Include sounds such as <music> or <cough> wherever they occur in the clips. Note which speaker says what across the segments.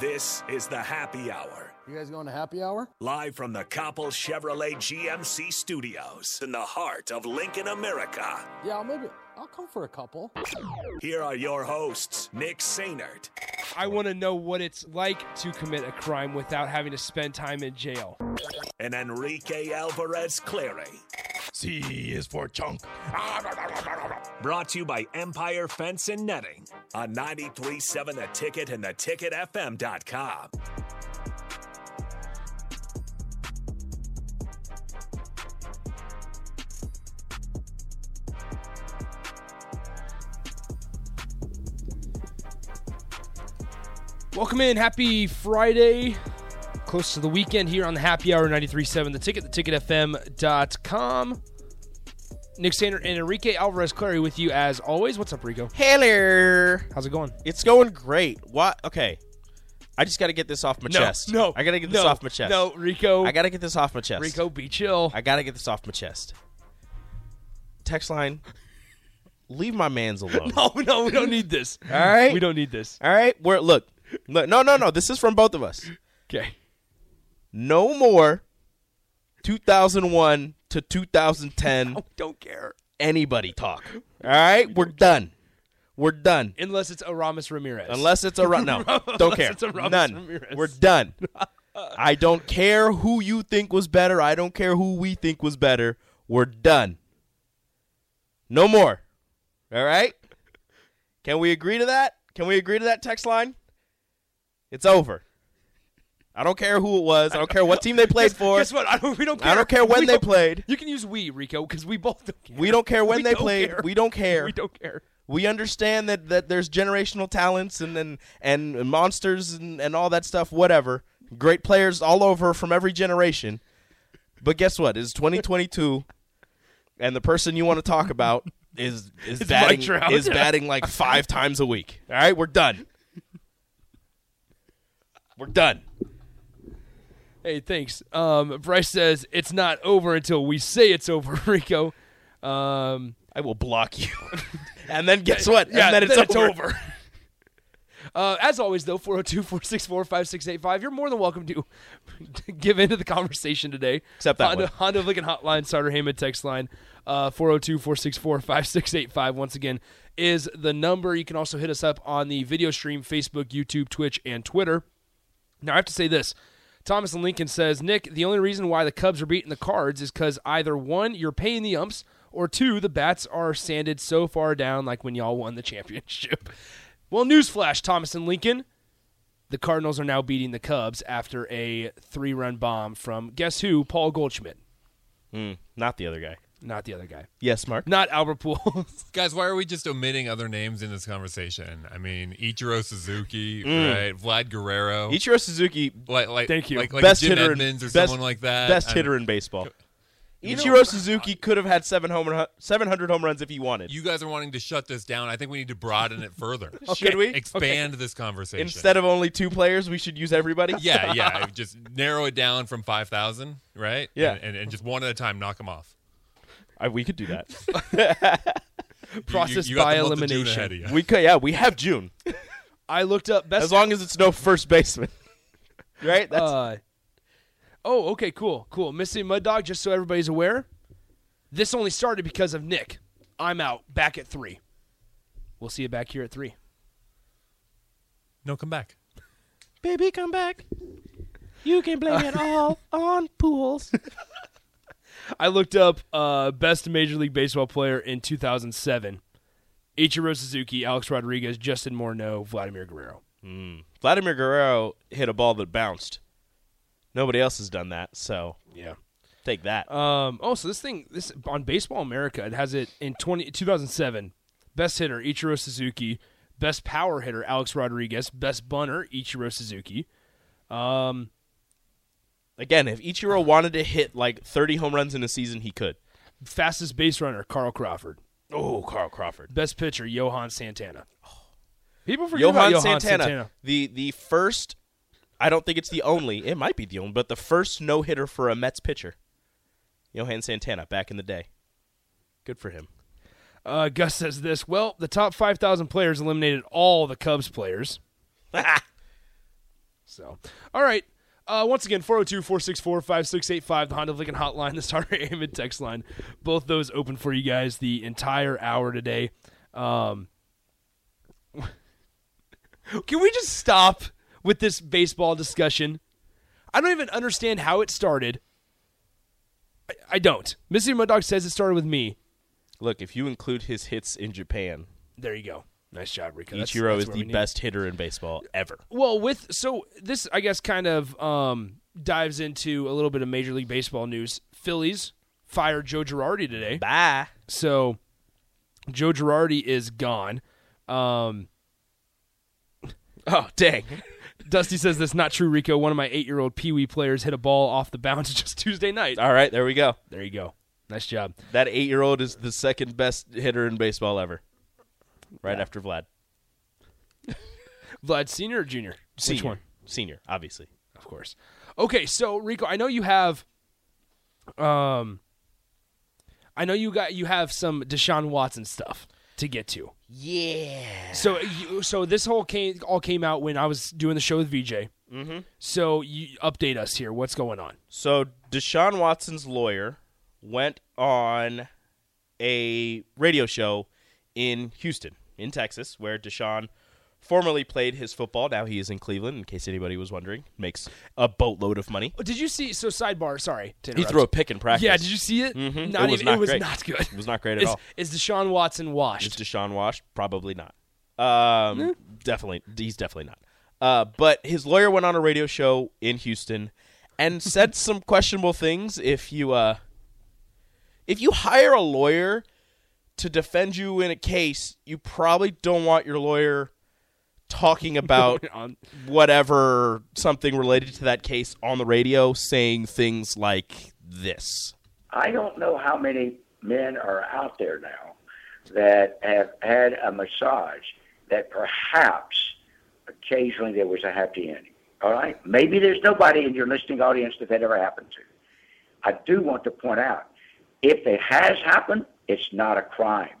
Speaker 1: This is the happy hour.
Speaker 2: You guys going to happy hour?
Speaker 1: Live from the Coppell Chevrolet GMC studios in the heart of Lincoln, America.
Speaker 2: Yeah, I'll maybe I'll come for a couple.
Speaker 1: Here are your hosts, Nick Sainert
Speaker 3: I want to know what it's like to commit a crime without having to spend time in jail.
Speaker 1: and Enrique Alvarez Clary.
Speaker 4: C is for chunk.
Speaker 1: Brought to you by Empire Fence and Netting on 937 The Ticket and theticketfm.com.
Speaker 3: Welcome in. Happy Friday. Close to the weekend here on the Happy Hour 93.7 The Ticket, theticketfm.com. Nick Sander and Enrique Alvarez Clary with you as always. What's up, Rico?
Speaker 4: Hello.
Speaker 3: How's it going?
Speaker 4: It's going great. What? Okay. I just got to get this off my
Speaker 3: No,
Speaker 4: chest.
Speaker 3: no,
Speaker 4: I got to get this
Speaker 3: no,
Speaker 4: off my chest.
Speaker 3: No, Rico.
Speaker 4: I got to get this off my chest.
Speaker 3: Rico, be chill.
Speaker 4: <laughs> I got to get this off my chest. Text line. Leave my man's alone.
Speaker 3: no, no, we don't need this. All
Speaker 4: right.
Speaker 3: we don't need this.
Speaker 4: All right. We're look. Look. No, no, no. This is from both of us.
Speaker 3: Okay,
Speaker 4: No more 2001 to 2010
Speaker 3: don't care
Speaker 4: anybody talk. All right? We're done. We're done.
Speaker 3: unless it's Aramis Ramirez.
Speaker 4: Unless it's a run. No, don't
Speaker 3: <laughs> Unless
Speaker 4: care.
Speaker 3: it's a Ramos
Speaker 4: None.
Speaker 3: Ramirez.
Speaker 4: We're done. I don't care who you think was better. I don't care who we think was better. We're done. No more. All right? Can we agree to that? Can we agree to that text line? It's over. I don't care who it was. I don't care what team
Speaker 3: <laughs>
Speaker 4: they played for.
Speaker 3: Guess what? I don't, we don't care.
Speaker 4: I don't care when
Speaker 3: We
Speaker 4: they
Speaker 3: don't-
Speaker 4: played.
Speaker 3: You can use we, Rico, because we both don't care.
Speaker 4: We don't care when
Speaker 3: We
Speaker 4: they
Speaker 3: don't
Speaker 4: played.
Speaker 3: care. <laughs>
Speaker 4: We don't care.
Speaker 3: We don't care.
Speaker 4: We understand that, that there's generational talents and and, and monsters and, and all that stuff, whatever. Great players all over from every generation. But guess what? It's 2022, and the person you want to talk about is
Speaker 3: It's
Speaker 4: is
Speaker 3: Mike
Speaker 4: batting
Speaker 3: Trout.
Speaker 4: is
Speaker 3: <laughs>
Speaker 4: batting like five times a week. All right, we're done. We're done.
Speaker 3: Hey, thanks. Um, Bryce says it's not over until we say it's over, <laughs> Rico. Um,
Speaker 4: I will block you. <laughs> and then guess what?
Speaker 3: yeah,
Speaker 4: and then it's
Speaker 3: then it's
Speaker 4: over.
Speaker 3: over. uh, as always, though, 402 464 5685. You're more than welcome to <laughs> to give into the conversation today.
Speaker 4: Except that
Speaker 3: Honda,
Speaker 4: one.
Speaker 3: Honda of Lincoln Hotline, Starter Heyman text line, uh, 402 464 5685, once again, is the number. You can also hit us up on the video stream Facebook, YouTube, Twitch, and Twitter. Now, I have to say this. Thomas and Lincoln says, Nick, the only reason why the Cubs are beating the Cards is because either one, you're paying the umps, or two, the bats are sanded so far down like when y'all won the championship. <laughs> Well, newsflash, Thomas and Lincoln. The Cardinals are now beating the Cubs after a three run bomb from, guess who? Paul Goldschmidt.
Speaker 4: Mm, not the other guy.
Speaker 3: Not the other guy.
Speaker 4: Yes, Mark.
Speaker 3: Not Albert Pujols. <laughs>
Speaker 5: Guys, why are we just omitting other names in this conversation? I mean, Ichiro Suzuki,
Speaker 4: Mm.
Speaker 5: right? Vlad Guerrero,
Speaker 4: Ichiro Suzuki
Speaker 5: like, like,
Speaker 3: Thank you.
Speaker 5: like, like
Speaker 4: best
Speaker 5: Jim
Speaker 4: hitter
Speaker 5: Edmonds
Speaker 4: in,
Speaker 5: or
Speaker 4: best,
Speaker 5: someone like that.
Speaker 4: Best
Speaker 5: I
Speaker 4: hitter
Speaker 5: mean,
Speaker 4: in baseball.
Speaker 5: You
Speaker 4: Ichiro
Speaker 5: know,
Speaker 4: Suzuki could have had seven homer, seven hundred home runs if he wanted.
Speaker 5: You guys are wanting to shut this down. I think we need to broaden it further.
Speaker 4: <laughs> Should we?
Speaker 5: Expand this conversation
Speaker 4: Instead of only two players, we should use everybody.
Speaker 5: <laughs> Yeah, yeah. Just narrow it down from five thousand, right?
Speaker 4: Yeah.
Speaker 5: and, and, and just one at a time, knock them off.
Speaker 4: I- we could do that.
Speaker 5: You- you-
Speaker 3: Process
Speaker 5: you got
Speaker 3: by
Speaker 5: the month of June
Speaker 3: elimination.
Speaker 5: ahead of you.
Speaker 4: we could. Yeah, we have June
Speaker 3: I looked up best.
Speaker 4: as long as it's no first baseman. <laughs> right. That's
Speaker 3: uh, oh, okay, cool, cool. Missing Mud Dog, just so everybody's aware, this only started because of Nick. I'm out back at three. We'll see you back here at three.
Speaker 5: No, come back.
Speaker 4: baby, come back. You can blame it all on pools.
Speaker 3: <laughs> I looked up uh, best Major League Baseball player in 2007. Ichiro Suzuki, Alex Rodriguez, Justin Morneau, Vladimir Guerrero.
Speaker 4: <laughs> Vladimir Guerrero hit a ball that bounced. Nobody else has done that, so
Speaker 3: Yeah.
Speaker 4: take that.
Speaker 3: Um, oh, so this thing this on Baseball America it has it in 20, 2007. Best hitter Ichiro Suzuki, best power hitter Alex Rodriguez, best bunter Ichiro Suzuki. Um,
Speaker 4: Again, if Ichiro wanted to hit like thirty home runs in a season, he could.
Speaker 3: fastest base runner Carl Crawford,
Speaker 4: Oh, Carl Crawford.
Speaker 3: best pitcher Johan Santana. People forget about
Speaker 4: Johan,
Speaker 3: Johan
Speaker 4: Santana, the the first. I don't think it's the only. It might be the only, but the first no hitter for a Mets pitcher, Johan Santana, back in the day. Good for him.
Speaker 3: Uh, Gus says this. Well, the top 5,000 players eliminated all the Cubs players. So, all right. Uh, once again, 402 464 5685, the Honda of Lincoln hotline, <laughs> the Starter Amid text line. Both those open for you guys the entire hour today. Um, <laughs> can we just stop with this baseball discussion? I don't even understand how it started. I, I don't. Missy Mud Dog says it started with me.
Speaker 4: Look, if you include his hits in Japan,
Speaker 3: There you go. Nice job, Rico. That's-
Speaker 4: Ichiro
Speaker 3: that's
Speaker 4: is
Speaker 3: where
Speaker 4: the
Speaker 3: we need-
Speaker 4: best hitter in baseball ever.
Speaker 3: Well, with so this, I guess, kind of um, dives into a little bit of Major League Baseball news. Phillies fired Joe Girardi today,
Speaker 4: Bye.
Speaker 3: so Joe Girardi is gone. Um, oh <laughs> dang! Dusty says that's not true, Rico. One of my eight-year-old Pee-wee players hit a ball off the bounce <laughs> just Tuesday night.
Speaker 4: All right, there we go.
Speaker 3: There you go. Nice job.
Speaker 4: That eight-year-old is the second best hitter in baseball ever, right after Vlad.
Speaker 3: Vlad Senior or Junior? Which
Speaker 4: Senior.
Speaker 3: one?
Speaker 4: Senior, obviously.
Speaker 3: Of course. Okay, so Rico, I know you have um I know you got you have some Deshaun Watson stuff to get to.
Speaker 4: Yeah.
Speaker 3: So you, so this whole came all came out when I was doing the show with VJ. Mm-hmm. So you update us here. What's going on?
Speaker 4: So Deshaun Watson's lawyer went on a radio show in Houston, in Texas, where Deshaun formerly played his football. Now he is in Cleveland, in case anybody was wondering. Makes a boatload of money.
Speaker 3: Oh, Did you see? So sidebar. Sorry. To
Speaker 4: He
Speaker 3: interrupt.
Speaker 4: threw a pick in practice.
Speaker 3: Yeah. Did you see it?
Speaker 4: Mhm.
Speaker 3: Not
Speaker 4: It was
Speaker 3: even.
Speaker 4: not
Speaker 3: it was
Speaker 4: great.
Speaker 3: not good.
Speaker 4: It was not great at
Speaker 3: is,
Speaker 4: all.
Speaker 3: Is Deshaun Watson
Speaker 4: Is
Speaker 3: washed?
Speaker 4: Deshaun Wash? Probably not. Um, Definitely, he's definitely not. Uh, but his lawyer went on a radio show in Houston
Speaker 3: <laughs>
Speaker 4: and said some questionable things. If you uh, if you hire a lawyer to defend you in a case, you probably don't want your lawyer
Speaker 3: <laughs>
Speaker 4: talking about
Speaker 3: On-
Speaker 4: whatever something related to that case on the radio, saying things like this.
Speaker 6: I don't know how many men are out there now that have had a massage that perhaps occasionally there was a happy ending. All right? Maybe there's nobody in your listening audience that that ever happened to. I do want to point out if it has happened, it's not a crime.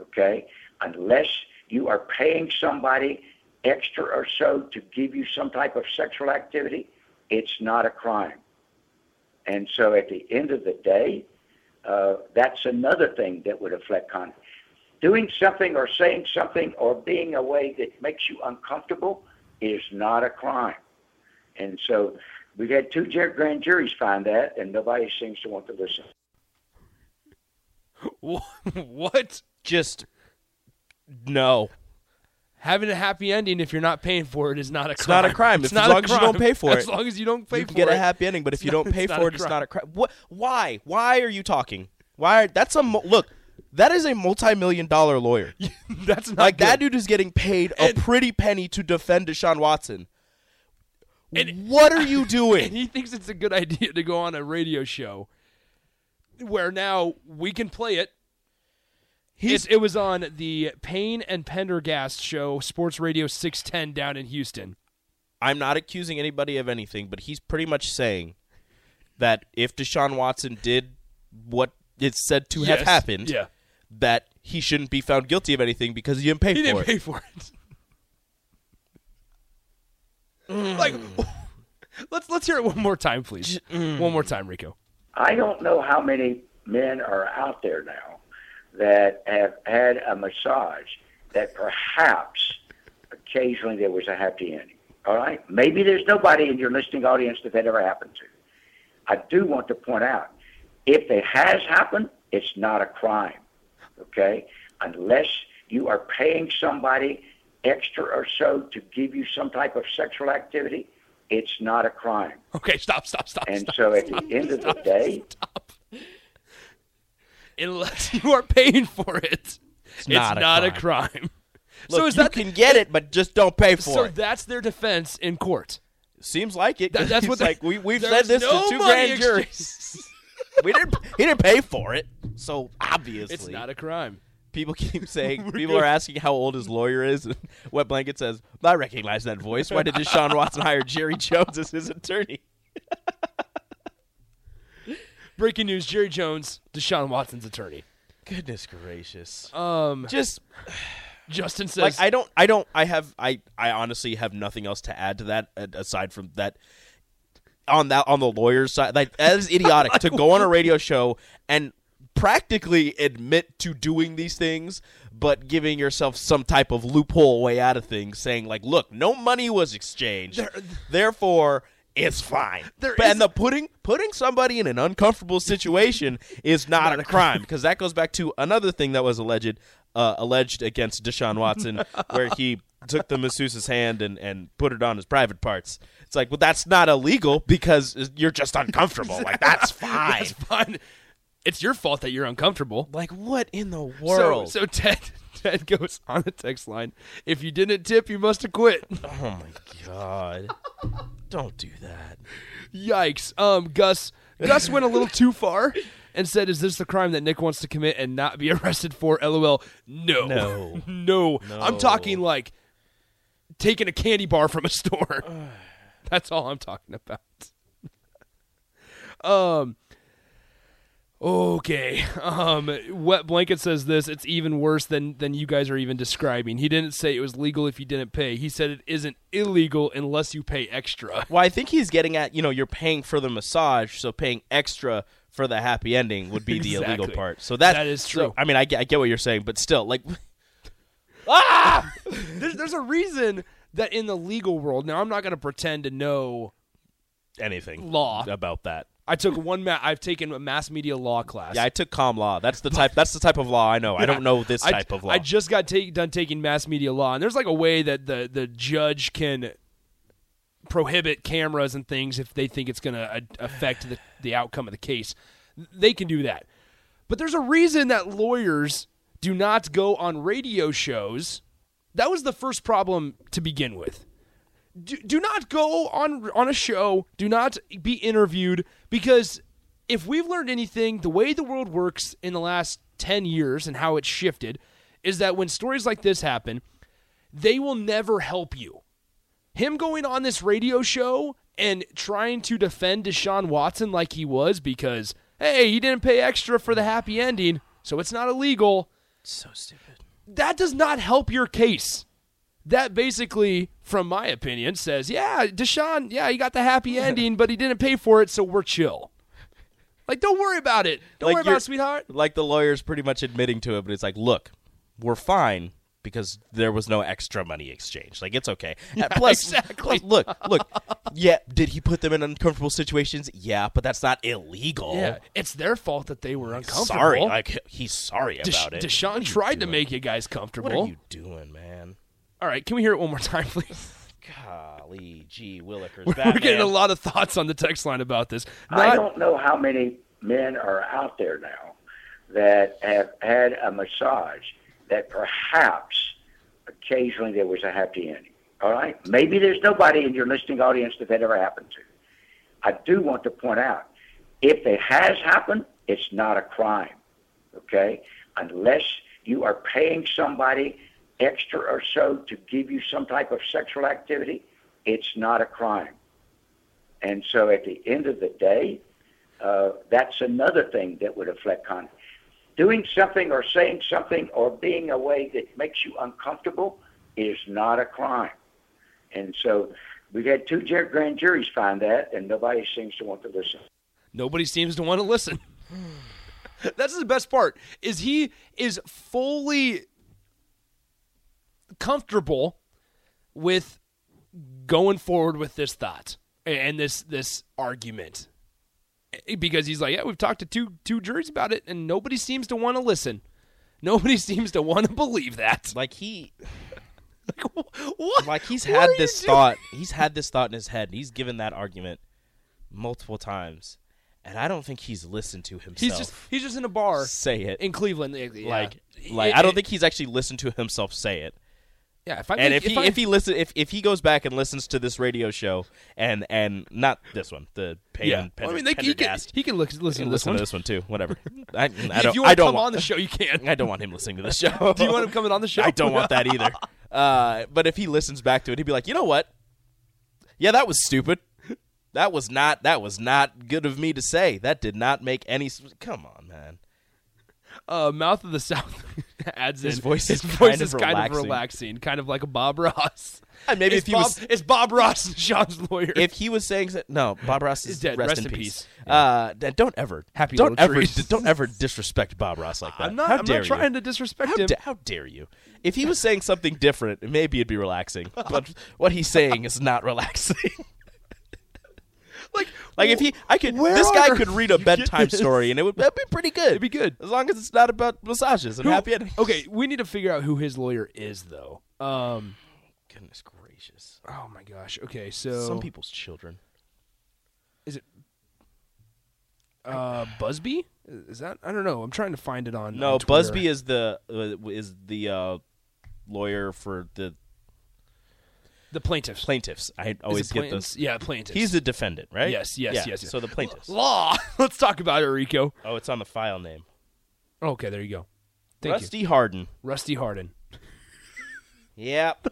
Speaker 6: Okay? Unless you are paying somebody extra or so to give you some type of sexual activity, it's not a crime. And so at the end of the day, uh, that's another thing that would affect conduct. Doing something or saying something or being a way that makes you uncomfortable is not a crime. And so we've had two ju- grand juries find that, and nobody seems to want to listen.
Speaker 3: <laughs> what?
Speaker 4: Just no.
Speaker 3: Having a happy ending if you're not paying for it is not a crime. It's
Speaker 4: not a crime, if- as long as you don't pay for
Speaker 3: <laughs> As
Speaker 4: it,
Speaker 3: long as you don't pay
Speaker 4: you
Speaker 3: for
Speaker 4: can get
Speaker 3: it.
Speaker 4: a happy ending, but if you
Speaker 3: not-
Speaker 4: don't pay
Speaker 3: it's not
Speaker 4: for
Speaker 3: a
Speaker 4: it, it's
Speaker 3: crime.
Speaker 4: not a crime. What? Why? Why are you talking? Why? Are, that's a mo- look. That is a multi-million
Speaker 3: <laughs>
Speaker 4: dollar lawyer.
Speaker 3: <laughs> That's not
Speaker 4: like that
Speaker 3: good.
Speaker 4: dude is getting paid
Speaker 3: And-
Speaker 4: a pretty penny to defend Deshaun Watson.
Speaker 3: And-
Speaker 4: what
Speaker 3: <laughs>
Speaker 4: are you doing?
Speaker 3: And he thinks it's a good idea to go on a radio show where now we can play it.
Speaker 4: He's-
Speaker 3: It's- it was on the Payne and Pendergast show, Sports Radio 610 down in Houston.
Speaker 4: I'm not accusing anybody of anything, but he's pretty much saying that if Deshaun Watson did what it's said to have
Speaker 3: Yes.
Speaker 4: happened,
Speaker 3: Yeah.
Speaker 4: that he shouldn't be found guilty of anything because he didn't pay
Speaker 3: He
Speaker 4: for
Speaker 3: didn't
Speaker 4: it.
Speaker 3: pay for it.
Speaker 4: Mm.
Speaker 3: like <laughs> let's let's hear it one more time, please.
Speaker 4: mm.
Speaker 3: One more time, Rico.
Speaker 6: I don't know how many men are out there now that have had a massage that perhaps occasionally there was a happy ending. All right? Maybe there's nobody in your listening audience that that ever happened to. I do want to point out if it has happened, it's not a crime. Okay? Unless you are paying somebody extra or so to give you some type of sexual activity, it's not a crime.
Speaker 3: Okay, stop, stop, stop,
Speaker 6: And
Speaker 3: stop.
Speaker 6: so at the end of the day,
Speaker 3: unless <laughs> you are paying for it. It's
Speaker 4: not a
Speaker 3: crime.
Speaker 4: Look,
Speaker 3: so is
Speaker 4: you
Speaker 3: that
Speaker 4: can get it, but just don't pay for
Speaker 3: so
Speaker 4: it.
Speaker 3: that's their defense in court.
Speaker 4: Seems like it.
Speaker 3: That- that's
Speaker 4: He's
Speaker 3: what
Speaker 4: like. We we've
Speaker 3: there's
Speaker 4: said this
Speaker 3: no
Speaker 4: to two
Speaker 3: money
Speaker 4: grand
Speaker 3: exchange.
Speaker 4: juries. <laughs> We didn't. He didn't pay for it, so obviously
Speaker 3: It's not a crime.
Speaker 4: people
Speaker 3: <laughs>
Speaker 4: keep saying people are asking how old his lawyer is. And <laughs> Wet blanket says, "I recognize that voice. Why did Deshaun Watson hire Jerry Jones as his attorney?"
Speaker 3: Breaking news: Jerry Jones, Deshaun Watson's attorney.
Speaker 4: Goodness gracious!
Speaker 3: Um,
Speaker 4: Just
Speaker 3: Justin says, <laughs>
Speaker 4: like I don't I don't I have I I honestly have nothing else to add to that uh, aside from that on that on the lawyer's side like that is idiotic to go on a
Speaker 3: <laughs>
Speaker 4: radio show and practically admit to doing these things but giving yourself some type of loophole way out of things saying like look no money was exchanged therefore it's fine
Speaker 3: There
Speaker 4: but,
Speaker 3: is-
Speaker 4: and the putting putting somebody in an uncomfortable <laughs> situation is not, a crime because that goes back to another thing that was alleged uh, alleged against Deshaun Watson where <laughs> he took the masseuse's hand and, and put it on his private parts. It's like, well, that's not illegal because you're just uncomfortable. Like <laughs> that's fine.
Speaker 3: "That's fine. It's your fault that you're uncomfortable."
Speaker 4: like what in the
Speaker 3: So,
Speaker 4: world?
Speaker 3: so Ted <laughs> Ted goes on the text line. If you didn't tip, you must have quit.
Speaker 4: oh my <laughs> god! Don't do that.
Speaker 3: Yikes. Um, Gus Gus went a little too far and said, "Is this the crime that Nick wants to commit and not be <laughs> arrested for?" LOL. No,
Speaker 4: No.
Speaker 3: <laughs> no. I'm talking like taking a candy bar from a store. <sighs> That's all I'm talking about. <laughs> um. Okay. Um Wet Blanket says this, it's even worse than than you guys are even describing. He didn't say it was legal if you didn't pay. He said it isn't illegal unless you pay extra.
Speaker 4: Well, I think he's getting at you know you're paying for the massage, so paying extra for the happy ending would be the illegal
Speaker 3: Exactly.
Speaker 4: part. So that
Speaker 3: That is
Speaker 4: so-
Speaker 3: true.
Speaker 4: I mean, I get, I get what you're saying, but still, like,
Speaker 3: there's, there's a reason that in the legal world now i'm not going to pretend to know
Speaker 4: anything
Speaker 3: Law.
Speaker 4: about that.
Speaker 3: i took one ma- i've taken a mass media law class
Speaker 4: Yeah, I took com law. That's the type. That's the type of law I know. I
Speaker 3: <laughs>
Speaker 4: don't know this
Speaker 3: I-
Speaker 4: type of law.
Speaker 3: I just got take, done taking mass media law, and there's like a way that the the judge can prohibit cameras and things if they think it's going to affect the, the outcome of the case. They can do that, but there's a reason that lawyers do not go on radio shows. That was the first problem to begin with. Do, do not go on on a show. Do not be interviewed because if we've learned anything, the way the world works in the last 10 years and how it's shifted is that when stories like this happen, they will never help you. Him going on this radio show and trying to defend Deshaun Watson like he was because, hey, he didn't pay extra for the happy ending, so it's not illegal. So stupid. That does not help your case. That basically, from my opinion, says, yeah, Deshaun, yeah, he got the
Speaker 4: <laughs>
Speaker 3: happy ending, but he didn't pay for it, so we're chill. Like, don't worry about it. Don't
Speaker 4: Like
Speaker 3: worry about
Speaker 4: you're-
Speaker 3: it, sweetheart.
Speaker 4: like the lawyer's pretty much admitting to it, but it's like, look, we're fine because there was no extra money exchange. Like
Speaker 3: <laughs>
Speaker 4: it's okay. And plus,
Speaker 3: exactly.
Speaker 4: plus, look, look. Yeah, did he put them in uncomfortable situations? Yeah, but that's not illegal.
Speaker 3: Yeah, it's their fault that they were uncomfortable.
Speaker 4: Sorry, like he's sorry
Speaker 3: Desha-
Speaker 4: about it.
Speaker 3: Deshaun tried to make you guys comfortable.
Speaker 4: What are you doing, man?
Speaker 3: All right, can we hear it one more time, please?
Speaker 4: <laughs> Golly, gee, Willikers,
Speaker 3: We're,
Speaker 4: Batman.
Speaker 3: we're getting a lot of thoughts on the text line about this.
Speaker 6: I
Speaker 3: Not-
Speaker 6: don't know how many men are out there now that have had a massage that perhaps occasionally there was a happy ending. All right? Maybe there's nobody in your listening audience that that ever happened to. I do want to point out if it has happened, it's not a crime, okay? Unless you are paying somebody extra or so to give you some type of sexual activity, it's not a crime. And so at the end of the day, uh, that's another thing that would affect con. Doing something or saying something or being a way that makes you uncomfortable is not a crime. And so we've had two ju- grand juries find that, and nobody seems to want to listen.
Speaker 3: nobody seems to want to
Speaker 6: <sighs>
Speaker 3: listen. That's the best part. Is he is fully comfortable with going forward with this thought and this this argument E-, because he's like, yeah, we've talked to two two juries about it, and nobody seems to want to listen. Nobody <laughs> seems to want to believe that.
Speaker 4: like he
Speaker 3: Like, <laughs> what?
Speaker 4: like he's
Speaker 3: What
Speaker 4: had
Speaker 3: are you
Speaker 4: this
Speaker 3: doing?
Speaker 4: thought he's had this thought in his head and he's given that argument multiple times and i don't think he's listened to himself
Speaker 3: He's just he's just in a bar
Speaker 4: say it
Speaker 3: in Cleveland. yeah.
Speaker 4: like like i don't think he's actually listened to himself say it
Speaker 3: Yeah, if I
Speaker 4: and
Speaker 3: think-
Speaker 4: if he
Speaker 3: I-
Speaker 4: if he listen if, if he goes back and listens to this radio show and and not this one the Peyton
Speaker 3: yeah, Well, I mean, they, he can
Speaker 4: Pendergast,
Speaker 3: he can look, listen to
Speaker 4: listen
Speaker 3: this one.
Speaker 4: to this one too
Speaker 3: <laughs>
Speaker 4: whatever i, I don't
Speaker 3: if you
Speaker 4: i
Speaker 3: want to
Speaker 4: don't
Speaker 3: come
Speaker 4: want
Speaker 3: on the show, you can.
Speaker 4: <laughs> I don't want him listening to the show
Speaker 3: <laughs> Do you want him coming on the show?
Speaker 4: <laughs> I don't want
Speaker 3: <laughs>
Speaker 4: that either. Uh, but if he listens back to it, he'd be like, you know what? Yeah, that was stupid. That was not. That was not good of me to say. That did not make any. s- Come on, man.
Speaker 3: Uh, Mouth of the South <laughs> adds
Speaker 4: His
Speaker 3: in.
Speaker 4: voice
Speaker 3: his
Speaker 4: is
Speaker 3: voice
Speaker 4: kind
Speaker 3: is
Speaker 4: of
Speaker 3: kind
Speaker 4: relaxing.
Speaker 3: of relaxing, kind of like a Bob Ross.
Speaker 4: <laughs> And maybe
Speaker 3: it's
Speaker 4: if he
Speaker 3: Bob,
Speaker 4: was
Speaker 3: it's Bob Ross, <laughs> Sean's lawyer.
Speaker 4: if he was saying so- no, Bob Ross is
Speaker 3: He's <laughs> dead.
Speaker 4: Rest, in, peace. Uh, d- don't ever
Speaker 3: Happy
Speaker 4: don't
Speaker 3: little
Speaker 4: ever
Speaker 3: trees.
Speaker 4: d- don't ever disrespect Bob Ross like that.
Speaker 3: I'm not.
Speaker 4: How
Speaker 3: I'm
Speaker 4: dare
Speaker 3: not trying to
Speaker 4: you?
Speaker 3: disrespect
Speaker 4: How,
Speaker 3: him.
Speaker 4: da- how dare you? If he was saying something different, maybe it'd be
Speaker 3: <laughs>
Speaker 4: relaxing. But what he's saying is not relaxing.
Speaker 3: like,
Speaker 4: Like if he, I could.
Speaker 3: Where
Speaker 4: This
Speaker 3: on
Speaker 4: guy
Speaker 3: earth
Speaker 4: could read
Speaker 3: <laughs>
Speaker 4: a
Speaker 3: did you get
Speaker 4: bedtime
Speaker 3: this?
Speaker 4: story, and it would that'd be pretty good. It'd
Speaker 3: be good.
Speaker 4: as long as it's not about massages and
Speaker 3: Who-
Speaker 4: happy endings.
Speaker 3: <laughs> Okay, we need to figure out who his lawyer is, though. Um.
Speaker 4: Goodness gracious!
Speaker 3: Oh my gosh. Okay, so
Speaker 4: Some people's children.
Speaker 3: is it uh Busby? Is that I don't know. I'm trying to find it on.
Speaker 4: No,
Speaker 3: on Twitter.
Speaker 4: Busby is the uh, is the uh, lawyer for the
Speaker 3: the plaintiff.
Speaker 4: plaintiffs. I always get those.
Speaker 3: Yeah, plaintiff.
Speaker 4: He's the defendant, right?
Speaker 3: Yes, yes,
Speaker 4: Yeah,
Speaker 3: yes, yes.
Speaker 4: So the plaintiffs.
Speaker 3: law. <laughs> Let's talk about it, Rico.
Speaker 4: Oh, it's on the file name.
Speaker 3: Okay, there you go. Thank
Speaker 4: Rusty Harden.
Speaker 3: you, Rusty Harden.
Speaker 4: Yep.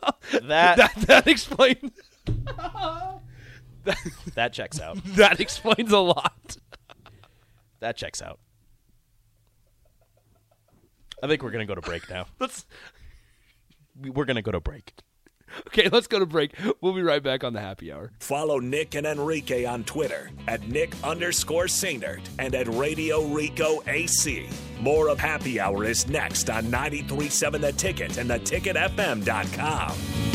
Speaker 3: <laughs>
Speaker 4: That
Speaker 3: That that explains <laughs>
Speaker 4: that checks out.
Speaker 3: that explains a lot.
Speaker 4: That checks out. I think we're gonna go to break now.
Speaker 3: Let's
Speaker 4: We- We're gonna go to break.
Speaker 3: okay. Let's go to break. We'll be right back on the happy hour.
Speaker 1: Follow Nick and Enrique on Twitter at Nick underscore Sainert and at Radio Rico AC. More of Happy Hour is next on 937 The Ticket and theticketfm.com.